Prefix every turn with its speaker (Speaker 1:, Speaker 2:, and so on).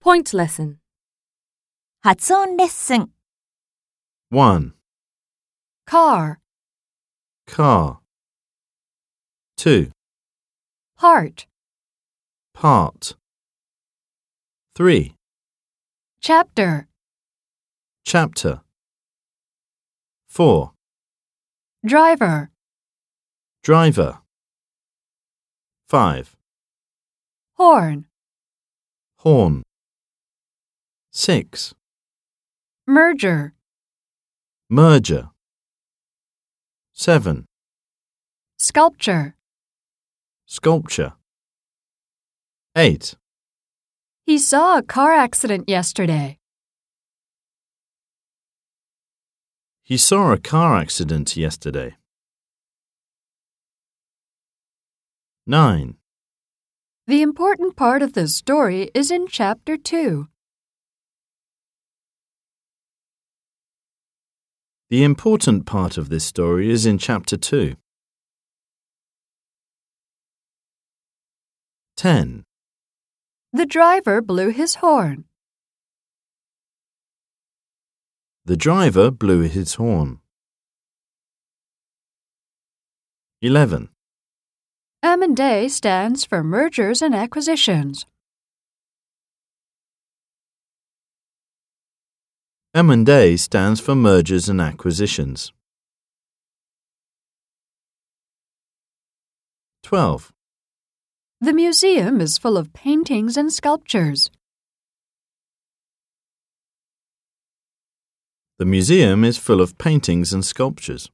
Speaker 1: Point lesson.
Speaker 2: 発音レッスン、
Speaker 3: 1.
Speaker 1: Car,
Speaker 3: Car. 2.
Speaker 1: part,
Speaker 3: Part. 3.
Speaker 1: chapter,
Speaker 3: Chapter. 4.
Speaker 1: driver,
Speaker 3: Driver. 5.
Speaker 1: horn,
Speaker 3: Horn. 6.
Speaker 1: merger,
Speaker 3: Merger. 7.
Speaker 1: sculpture.
Speaker 3: Sculpture. 8.
Speaker 1: He saw a car accident yesterday.
Speaker 3: He saw a car accident yesterday. 9.
Speaker 1: The important part of the story is in chapter 2.
Speaker 3: The important part of this story is in Chapter 2. 10.
Speaker 1: The driver blew his horn.
Speaker 3: The driver blew his horn. 11.
Speaker 1: M&A stands for mergers and acquisitions.
Speaker 3: M&A stands for mergers and acquisitions. 12.
Speaker 1: The museum is full of paintings and sculptures.
Speaker 3: The museum is full of paintings and sculptures.